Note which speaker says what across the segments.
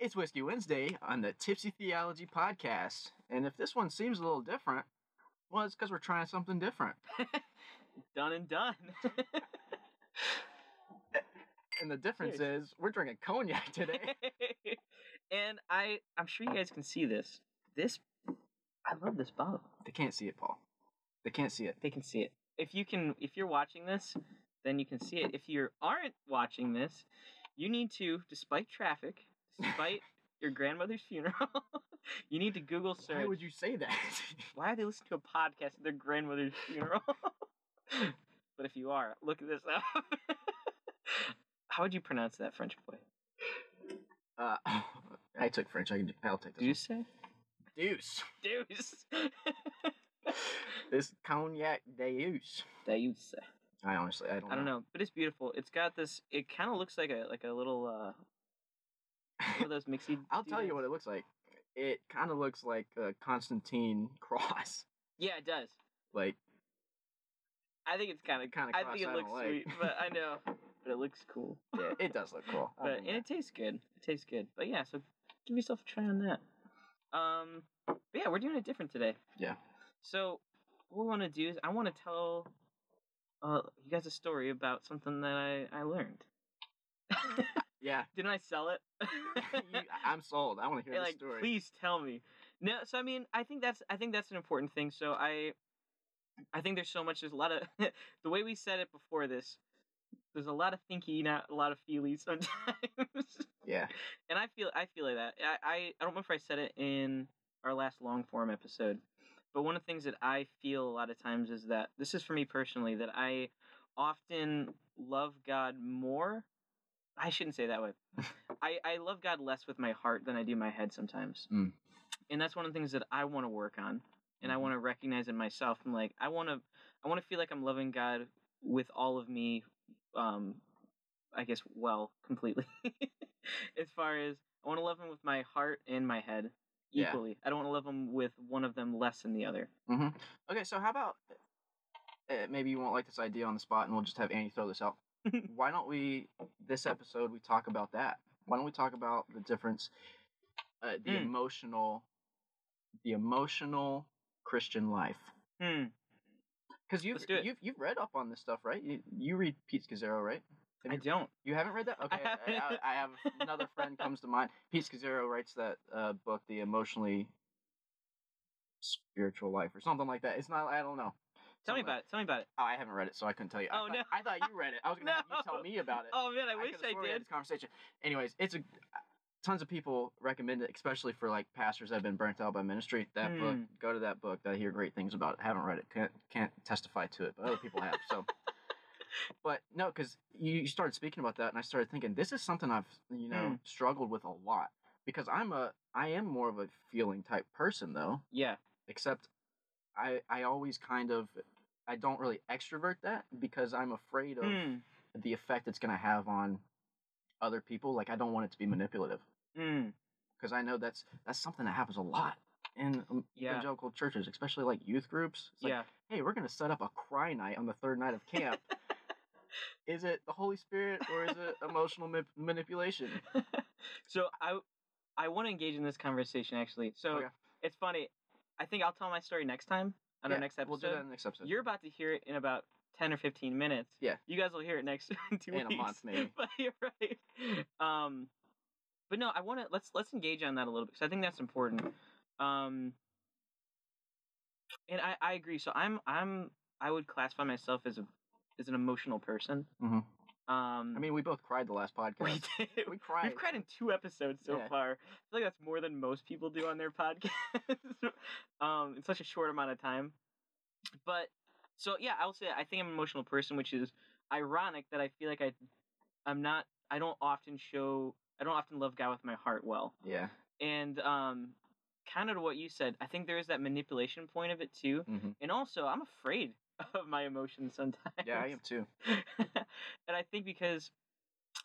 Speaker 1: It's Whiskey Wednesday on the Tipsy Theology Podcast. And if this one seems a little different, well, it's because we're trying something different.
Speaker 2: done and done.
Speaker 1: And the difference is we're drinking cognac today.
Speaker 2: and I, I'm sure you guys can see this. This, I love this bottle.
Speaker 1: they can't see it, Paul. They can't see it.
Speaker 2: They can see it. If you can, if you're watching this, then you can see it. If you aren't watching this, you need to, despite traffic, despite your grandmother's funeral, you need to Google
Speaker 1: Why
Speaker 2: search.
Speaker 1: would you say that?
Speaker 2: why are they listening to a podcast at their grandmother's funeral? but if you are, look at this up. How would you pronounce that French boy?
Speaker 1: uh, I took French. I can. I'll take this.
Speaker 2: Deuce? say?
Speaker 1: one. Deuce.
Speaker 2: Deuce.
Speaker 1: This cognac deuce.
Speaker 2: Deuce.
Speaker 1: I honestly, I don't.
Speaker 2: I don't know, but it's beautiful. It's got this. It kind of looks like a like a little uh, one of those mixy.
Speaker 1: I'll tell you
Speaker 2: doodles.
Speaker 1: what it looks like. It kind of looks like a Constantine cross.
Speaker 2: Yeah, it does.
Speaker 1: Like
Speaker 2: I think it's kind of
Speaker 1: Kinda
Speaker 2: I think it
Speaker 1: cross, I
Speaker 2: looks
Speaker 1: don't like.
Speaker 2: sweet, but I know, but it looks cool.
Speaker 1: yeah, it does look cool. I'll
Speaker 2: but
Speaker 1: do
Speaker 2: and it tastes good. It tastes good. But yeah, so give yourself a try on that. Um, but yeah, we're doing it different today.
Speaker 1: Yeah.
Speaker 2: So what we want to do is I want to tell uh, you guys a story about something that I I learned.
Speaker 1: that. yeah.
Speaker 2: Didn't I sell it?
Speaker 1: You- I'm sold. I want to hear
Speaker 2: You're
Speaker 1: the
Speaker 2: like,
Speaker 1: story.
Speaker 2: please tell me. No, so I mean, I think that's I think that's an important thing. So I, I think there's so much. There's a lot of the way we said it before this. There's a lot of thinky, not a lot of feely sometimes.
Speaker 1: Yeah.
Speaker 2: and I feel I feel like that. I, I I don't remember if I said it in our last long form episode, but one of the things that I feel a lot of times is that this is for me personally that I often love God more. I shouldn't say it that way. I, I love God less with my heart than I do my head sometimes.
Speaker 1: Mm.
Speaker 2: And that's one of the things that I want to work on. And I
Speaker 1: Mhm.
Speaker 2: want to recognize in myself. I'm like, I want to, I want to feel like I'm loving God with all of me, um, I guess, well, completely. as far as I want to love him with my heart and my head
Speaker 1: Yeah.
Speaker 2: equally. I don't want to love him with one of them less than the other.
Speaker 1: hmm Okay, so how about uh, maybe you won't like this idea on the spot, and we'll just have Annie throw this out. Why don't we this episode we talk about that? Why don't we talk about the difference, uh, the
Speaker 2: Mm.
Speaker 1: emotional, the emotional Christian life?
Speaker 2: Hmm.
Speaker 1: Because you've
Speaker 2: Let's do it.
Speaker 1: you've you've read up on this stuff, right? You you read Pete Scazzaro, right? Have
Speaker 2: I
Speaker 1: you-
Speaker 2: don't.
Speaker 1: You haven't read that? Okay, I, I,
Speaker 2: haven't.
Speaker 1: I have another friend comes to mind. Pete Scazzaro writes that uh, book, The Emotionally Spiritual Life, or something like that. It's not. I don't know.
Speaker 2: Tell me
Speaker 1: Something like-
Speaker 2: about it. Tell me about it.
Speaker 1: Oh, I haven't read it, so I couldn't tell you.
Speaker 2: Oh,
Speaker 1: I thought,
Speaker 2: no.
Speaker 1: I thought you read it. I was going to have
Speaker 2: No.
Speaker 1: you tell me about it.
Speaker 2: Oh man, I, wish
Speaker 1: could've
Speaker 2: I
Speaker 1: swore we had
Speaker 2: did.
Speaker 1: This conversation. Anyways, it's a tons of people recommend it, especially for like pastors that have been burnt out by ministry. That
Speaker 2: Hmm.
Speaker 1: book, go to that book. I hear great things about it. Haven't read it. Can't can't testify to it, but other people have. So. But no, because you you started speaking about that, and I started thinking this is something I've you
Speaker 2: Hmm.
Speaker 1: know struggled with a lot because I'm a I am more of a feeling type person though,
Speaker 2: Yeah.
Speaker 1: except I I always kind of I don't really extrovert that because I'm afraid of
Speaker 2: Hmm.
Speaker 1: the effect it's going to have on other people. Like I don't want it to be manipulative
Speaker 2: Hmm.
Speaker 1: because I know that's that's something that happens a lot in um,
Speaker 2: Yeah.
Speaker 1: evangelical churches, especially like youth groups. It's like,
Speaker 2: yeah.
Speaker 1: hey, we're going to set up a cry night on the third night of camp. is it the Holy Spirit or is it emotional ma- manipulation?
Speaker 2: so I I want to engage in this conversation actually. So
Speaker 1: Okay.
Speaker 2: it's funny. I think I'll tell my story next time on
Speaker 1: Yeah,
Speaker 2: our next episode.
Speaker 1: We'll do that in the next episode.
Speaker 2: You're about to hear it in about ten or fifteen minutes.
Speaker 1: Yeah.
Speaker 2: You guys will hear it next two
Speaker 1: In a
Speaker 2: weeks.
Speaker 1: month, maybe.
Speaker 2: But you're right. Um, but no, I want to let's let's engage on that a little bit because I think that's important. Um, and I I agree. So I'm I'm I would classify myself as a as an emotional person.
Speaker 1: Mhm.
Speaker 2: Um,
Speaker 1: I mean, we both cried the last
Speaker 2: we
Speaker 1: podcast.
Speaker 2: did.
Speaker 1: We cried.
Speaker 2: We've cried in two episodes so
Speaker 1: Yeah.
Speaker 2: far. I feel like that's more than most people do on their podcast um, in such a short amount of time. But so yeah, I will say I think I'm an emotional person, which is ironic that I feel like I, I'm not. I don't often show. I don't often love God with my heart well.
Speaker 1: Yeah.
Speaker 2: And um, kind of to what you said, I think there is that manipulation point of it too.
Speaker 1: hmm
Speaker 2: And also, I'm afraid of my emotions sometimes.
Speaker 1: Yeah, I am too.
Speaker 2: and I think because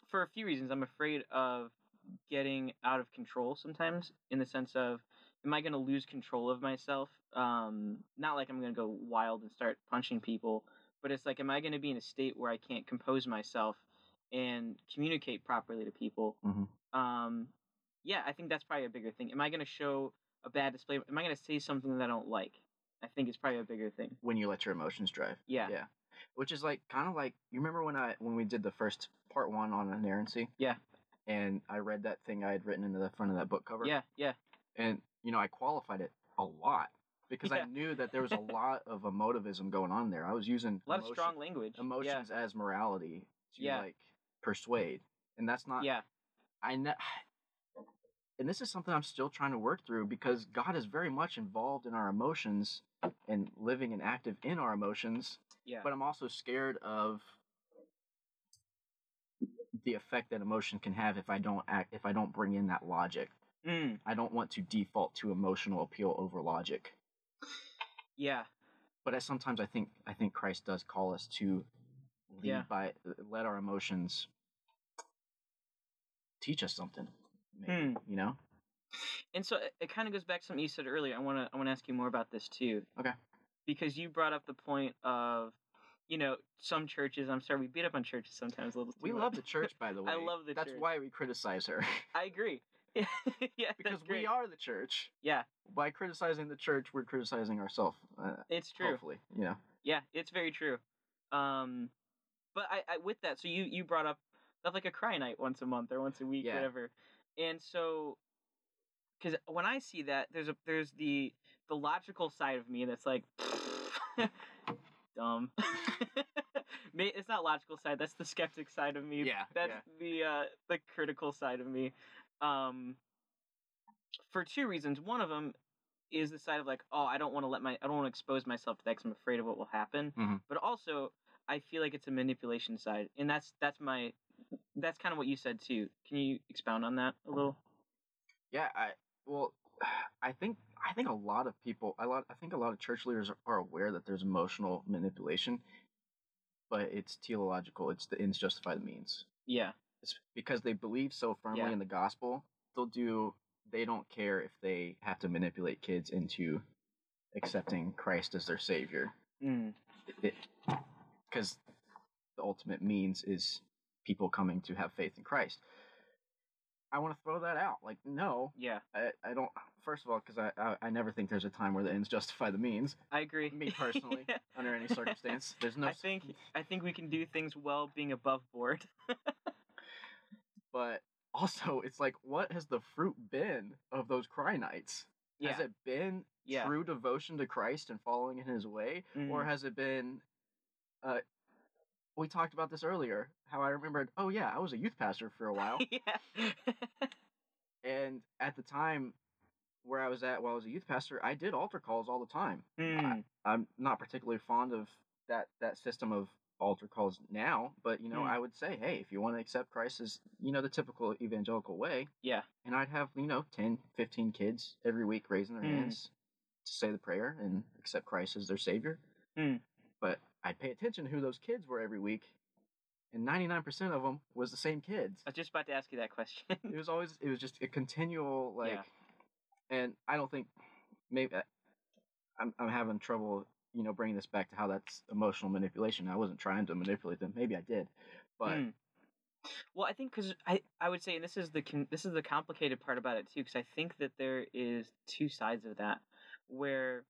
Speaker 2: for a few reasons, I'm afraid of getting out of control sometimes in the sense of am I going to lose control of myself? Um, not like I'm going to go wild and start punching people, but it's like, am I going to be in a state where I can't compose myself and communicate properly to people?
Speaker 1: Mhm.
Speaker 2: Um, yeah, I think that's probably a bigger thing. Am I going to show a bad display? Am I going to say something that I don't like? I think it's probably a bigger thing.
Speaker 1: when you let your emotions drive.
Speaker 2: Yeah.
Speaker 1: Yeah. Which is like kind of like you remember when I when we did the first part one on inerrancy.
Speaker 2: Yeah.
Speaker 1: And I read that thing I had written into the front of that book cover.
Speaker 2: Yeah, yeah.
Speaker 1: And you know I qualified it a lot because
Speaker 2: Yeah.
Speaker 1: I knew that there was a lot of emotivism going on there. I was using
Speaker 2: A lot
Speaker 1: emotion-
Speaker 2: of strong language.
Speaker 1: emotions as morality to
Speaker 2: Yeah.
Speaker 1: like persuade, and that's
Speaker 2: Yeah.
Speaker 1: not.
Speaker 2: yeah.
Speaker 1: I ne- and this is something I'm still trying to work through because God is very much involved in our emotions and living and active in our emotions
Speaker 2: Yeah.
Speaker 1: but I'm also scared of the effect that emotion can have if I don't act if I don't bring in that logic.
Speaker 2: mm,
Speaker 1: I don't want to default to emotional appeal over logic.
Speaker 2: yeah.
Speaker 1: But I sometimes I think I think Christ does call us to lead
Speaker 2: Yeah.
Speaker 1: by let our emotions teach us something. Maybe,
Speaker 2: Hmm.
Speaker 1: You know?
Speaker 2: And so it, it kind of goes back to something you said earlier. I want to I want to ask you more about this too.
Speaker 1: Okay.
Speaker 2: Because you brought up the point of, you know, some churches. I'm sorry, we beat up on churches sometimes a little. Too
Speaker 1: We
Speaker 2: much.
Speaker 1: love the church by the way.
Speaker 2: I love the
Speaker 1: That's
Speaker 2: church.
Speaker 1: why we criticize her.
Speaker 2: I agree. yeah. that's
Speaker 1: because we
Speaker 2: great.
Speaker 1: are the church.
Speaker 2: Yeah,
Speaker 1: By criticizing the church, we're criticizing ourselves. Uh,
Speaker 2: it's true.
Speaker 1: Hopefully, yeah.
Speaker 2: Yeah, it's very true. Um, but I, I with that, so you you brought up stuff like a cry night once a month or once a week,
Speaker 1: Yeah.
Speaker 2: whatever. And so, because when I see that, there's a there's the the logical side of me that's like, dumb. Ma- it's not logical side. That's the skeptic side of me.
Speaker 1: Yeah,
Speaker 2: That's the uh, the critical side of me. Um, for two reasons. One of them is the side of like, oh, I don't want to let my, I don't want to expose myself to that because I'm afraid of what will happen.
Speaker 1: Mhm.
Speaker 2: But also, I feel like it's a manipulation side, and that's that's my, that's kind of what you said too. Can you expound on that a little?
Speaker 1: Yeah, I well, I think I think a lot of people, a lot, I think a lot of church leaders are aware that there's emotional manipulation, but it's teleological. It's the ends justify the means.
Speaker 2: Yeah,
Speaker 1: It's because they believe so firmly
Speaker 2: Yeah.
Speaker 1: in the gospel, they'll do. They don't care if they have to manipulate kids into accepting Christ as their savior,
Speaker 2: mm.
Speaker 1: because the ultimate means is people coming to have faith in Christ. I want to throw that out. Like, no,
Speaker 2: yeah,
Speaker 1: I, I don't. First of all, because I, I I never think there's a time where the ends justify the means
Speaker 2: I agree.
Speaker 1: Me personally. under any circumstance. There's no.
Speaker 2: I think I think we can do things well being above board.
Speaker 1: But also, it's like, what has the fruit been of those cry nights?
Speaker 2: Yeah,
Speaker 1: Has it been
Speaker 2: Yeah.
Speaker 1: true devotion to Christ and following in His way, or
Speaker 2: Mm.
Speaker 1: has it been? Uh, we talked about this earlier. How I remembered. Oh yeah, I was a youth pastor for a while,
Speaker 2: yeah.
Speaker 1: and at the time where I was at while I was a youth pastor, I did altar calls all the time.
Speaker 2: Mm.
Speaker 1: I'm not particularly fond of that that system of altar calls now, but you know,
Speaker 2: Hmm.
Speaker 1: I would say, hey, if you want to accept Christ as, you know, the typical evangelical way,
Speaker 2: Yeah.
Speaker 1: and I'd have, you know, 10, 15 kids every week raising their
Speaker 2: Hmm.
Speaker 1: hands to say the prayer and accept Christ as their savior.
Speaker 2: Hmm.
Speaker 1: But I'd pay attention to who those kids were every week, and 99% of them was the same kids.
Speaker 2: I was just about to ask you that question.
Speaker 1: It was always it was just a continual like
Speaker 2: Yeah.
Speaker 1: and I don't think maybe uh, I'm I'm having trouble, you know, bringing this back to how that's emotional manipulation. I wasn't trying to manipulate them. Maybe I did, but
Speaker 2: Mm. well, I think because I, I would say, and this is the con- this is the complicated part about it too, because I think that there is two sides of that, where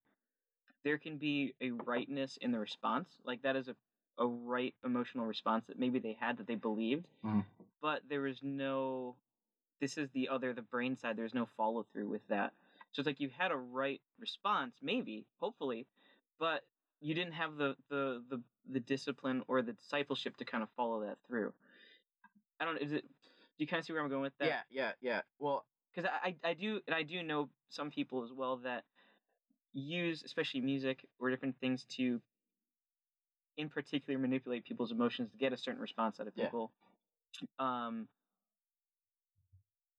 Speaker 2: there can be a rightness in the response, like that is a a right emotional response that maybe they had that they believed,
Speaker 1: Mhm.
Speaker 2: but there was no. This is the other, the brain side. There's no follow through with that. So it's like you had a right response, maybe, hopefully, but you didn't have the the the, the discipline or the discipleship to kind of follow that through. I don't. Is it? Do you kind of see where I'm going with that?
Speaker 1: yeah, yeah, yeah. Well,
Speaker 2: Because I, I I do and I do know some people as well that use especially music or different things to, in particular, manipulate people's emotions to get a certain response out of
Speaker 1: Yeah.
Speaker 2: people. Um.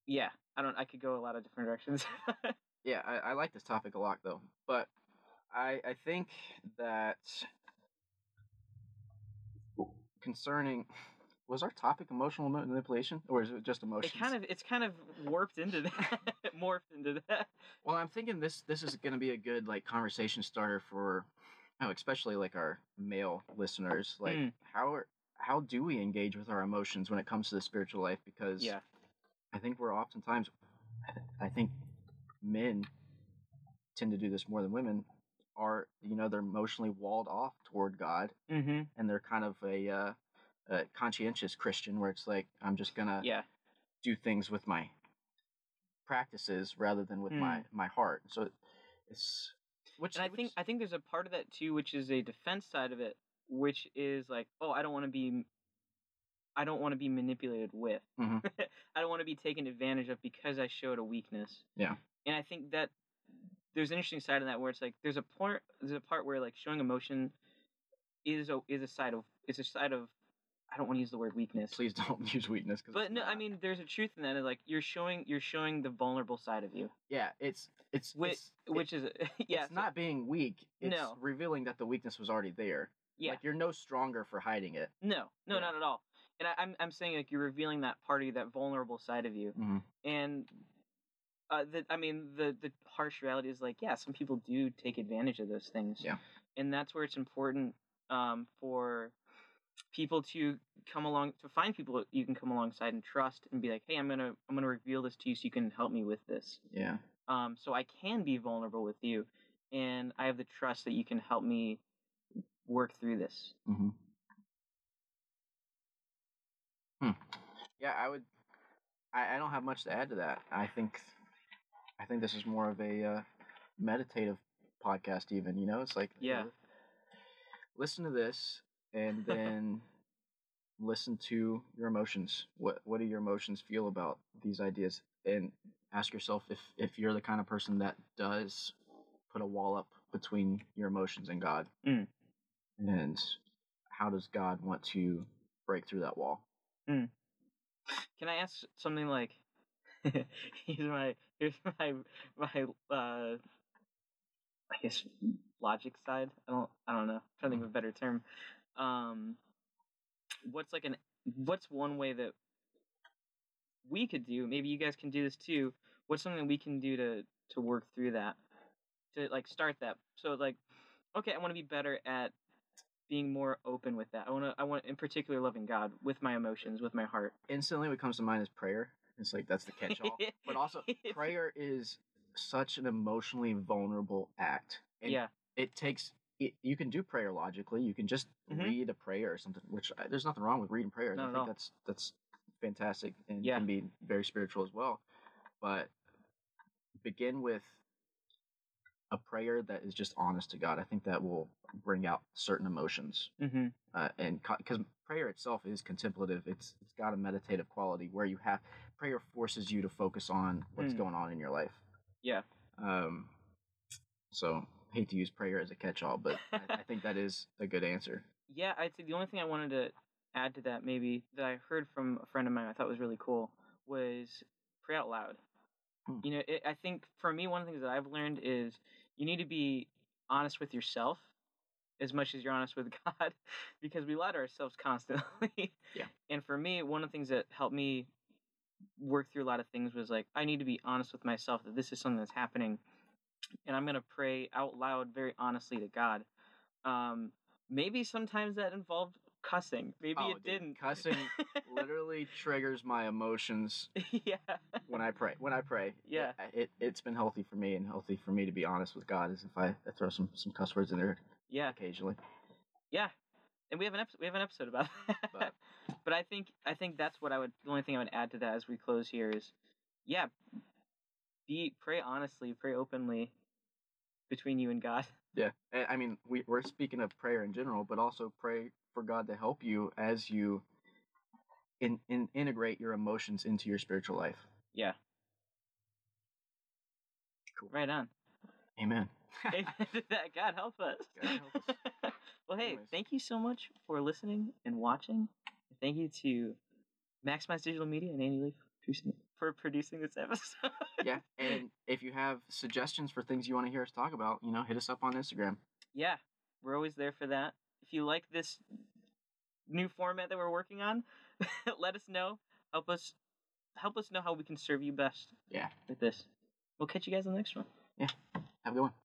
Speaker 2: Yeah, I don't. I could go a lot of different directions.
Speaker 1: yeah, I, I like this topic a lot though, but I I think that concerning was our topic emotional manipulation or is it just emotions?
Speaker 2: it kind of it's kind of warped into that, morphed into that.
Speaker 1: Well, I'm thinking this this is going to be a good like conversation starter for, oh, especially like our male listeners. Like
Speaker 2: Mm.
Speaker 1: how are, how do we engage with our emotions when it comes to the spiritual life? Because
Speaker 2: Yeah.
Speaker 1: I think we're oftentimes I think men tend to do this more than women are you know they're emotionally walled off toward God
Speaker 2: Mm-hmm.
Speaker 1: and they're kind of a, uh, a conscientious Christian where it's like I'm just gonna
Speaker 2: Yeah.
Speaker 1: do things with my practices rather than with my my heart. So it's which
Speaker 2: And Hmm. I
Speaker 1: which-
Speaker 2: think I think there's a part of that too, which is a defense side of it, which is like, oh, I don't want to be, I don't want to be manipulated with.
Speaker 1: Mhm.
Speaker 2: I don't want to be taken advantage of because I showed a weakness.
Speaker 1: Yeah.
Speaker 2: And I think that there's an interesting side of that where it's like there's a part there's a part where like showing emotion is a is a side of is a side of I don't want to use the word weakness.
Speaker 1: please don't use weakness. 'cause
Speaker 2: But
Speaker 1: it's
Speaker 2: no, I
Speaker 1: not.
Speaker 2: mean there's a truth in that. Like you're showing you're showing the vulnerable side of you,
Speaker 1: yeah, it's it's
Speaker 2: Which-
Speaker 1: it's,
Speaker 2: which is yeah,
Speaker 1: it's not being weak. It's
Speaker 2: No.
Speaker 1: revealing that the weakness was already there.
Speaker 2: Yeah.
Speaker 1: like you're no stronger for hiding it.
Speaker 2: No, no,
Speaker 1: Yeah.
Speaker 2: not at all. And I, I'm I'm saying like you're revealing that part of you, that vulnerable side of you.
Speaker 1: Mm-hmm.
Speaker 2: And uh, the I mean the the harsh reality is like yeah, some people do take advantage of those things.
Speaker 1: Yeah.
Speaker 2: And that's where it's important um, for people to come along to find people that you can come alongside and trust and be like, hey, I'm gonna I'm gonna reveal this to you so you can help me with this.
Speaker 1: Yeah,
Speaker 2: Um, so I can be vulnerable with you, and I have the trust that you can help me work through this.
Speaker 1: Mm-hmm. Hmm. Yeah, I would. I, I don't have much to add to that. I think, I think this is more of a uh, meditative podcast. Even you know, it's like
Speaker 2: Yeah.
Speaker 1: uh, listen to this and then listen to your emotions. What What do your emotions feel about these ideas? And ask yourself if if you're the kind of person that does put a wall up between your emotions and God,
Speaker 2: Mm.
Speaker 1: and how does God want to break through that wall?
Speaker 2: Can I ask something like, here's my here's my my uh, I guess logic side. I don't I don't know. I'm trying to think of a better term. Um, what's like an what's one way that we could do? Maybe you guys can do this too. What's something we can do to to work through that to like start that? So like, okay, I want to be better at being more open with that. I want to I want in particular loving God with my emotions, with my heart.
Speaker 1: instantly what comes to mind is prayer. It's like that's the catch all. but also
Speaker 2: It's-
Speaker 1: prayer is such an emotionally vulnerable act. And
Speaker 2: yeah.
Speaker 1: It takes it, you can do prayer logically. You can just
Speaker 2: Mhm.
Speaker 1: read a prayer or something, which I, there's nothing wrong with reading prayers. I
Speaker 2: Not at
Speaker 1: think
Speaker 2: all.
Speaker 1: that's that's fantastic and
Speaker 2: Yeah.
Speaker 1: can be very spiritual as well. But begin with a prayer that is just honest to God. I think that will bring out certain emotions.
Speaker 2: Mm-hmm.
Speaker 1: uh, and because prayer itself is contemplative it's it's got a meditative quality where you have prayer forces you to focus on what's
Speaker 2: Mm.
Speaker 1: going on in your life
Speaker 2: Yeah.
Speaker 1: um so hate to use prayer as a catch-all but I, I think that is a good answer
Speaker 2: Yeah, I'd say the only thing I wanted to add to that, maybe, that I heard from a friend of mine I thought was really cool was pray out loud.
Speaker 1: Hmm.
Speaker 2: You know, it, I think for me, one of the things that I've learned is you need to be honest with yourself as much as you're honest with God because we lie to ourselves constantly.
Speaker 1: Yeah.
Speaker 2: And for me, one of the things that helped me work through a lot of things was like, I need to be honest with myself that this is something that's happening and I'm going to pray out loud very honestly to God. Um, maybe sometimes that involved cussing. Maybe
Speaker 1: Oh,
Speaker 2: it
Speaker 1: dude,
Speaker 2: didn't.
Speaker 1: cussing literally triggers my emotions
Speaker 2: yeah.
Speaker 1: when i pray when i pray
Speaker 2: Yeah.
Speaker 1: it, it, it's been healthy for me and healthy for me to be honest with god is if i, I throw some some cuss words in there
Speaker 2: Yeah.
Speaker 1: occasionally
Speaker 2: Yeah. And we have an episode. We have an episode about that.
Speaker 1: But-
Speaker 2: But I think I think that's what I would. The only thing I would add to that as we close here is, yeah, be pray honestly, pray openly between you and God.
Speaker 1: Yeah, I I mean, we, we're speaking of prayer in general, but also pray for God to help you as you in, in integrate your emotions into your spiritual life.
Speaker 2: Yeah.
Speaker 1: Cool.
Speaker 2: Right on.
Speaker 1: Amen.
Speaker 2: Amen to that. God help us.
Speaker 1: God help us.
Speaker 2: well, hey,
Speaker 1: Anyways.
Speaker 2: thank you so much for listening and watching. Thank you to Maximize Digital Media and Andy Lee for producing, for producing this episode.
Speaker 1: yeah, and if you have suggestions for things you want to hear us talk about, you know, hit us up on Instagram.
Speaker 2: yeah, we're always there for that. If you like this new format that we're working on, let us know. Help us help us know how we can serve you best
Speaker 1: Yeah,
Speaker 2: with this. We'll catch you guys in the next one.
Speaker 1: have a good one.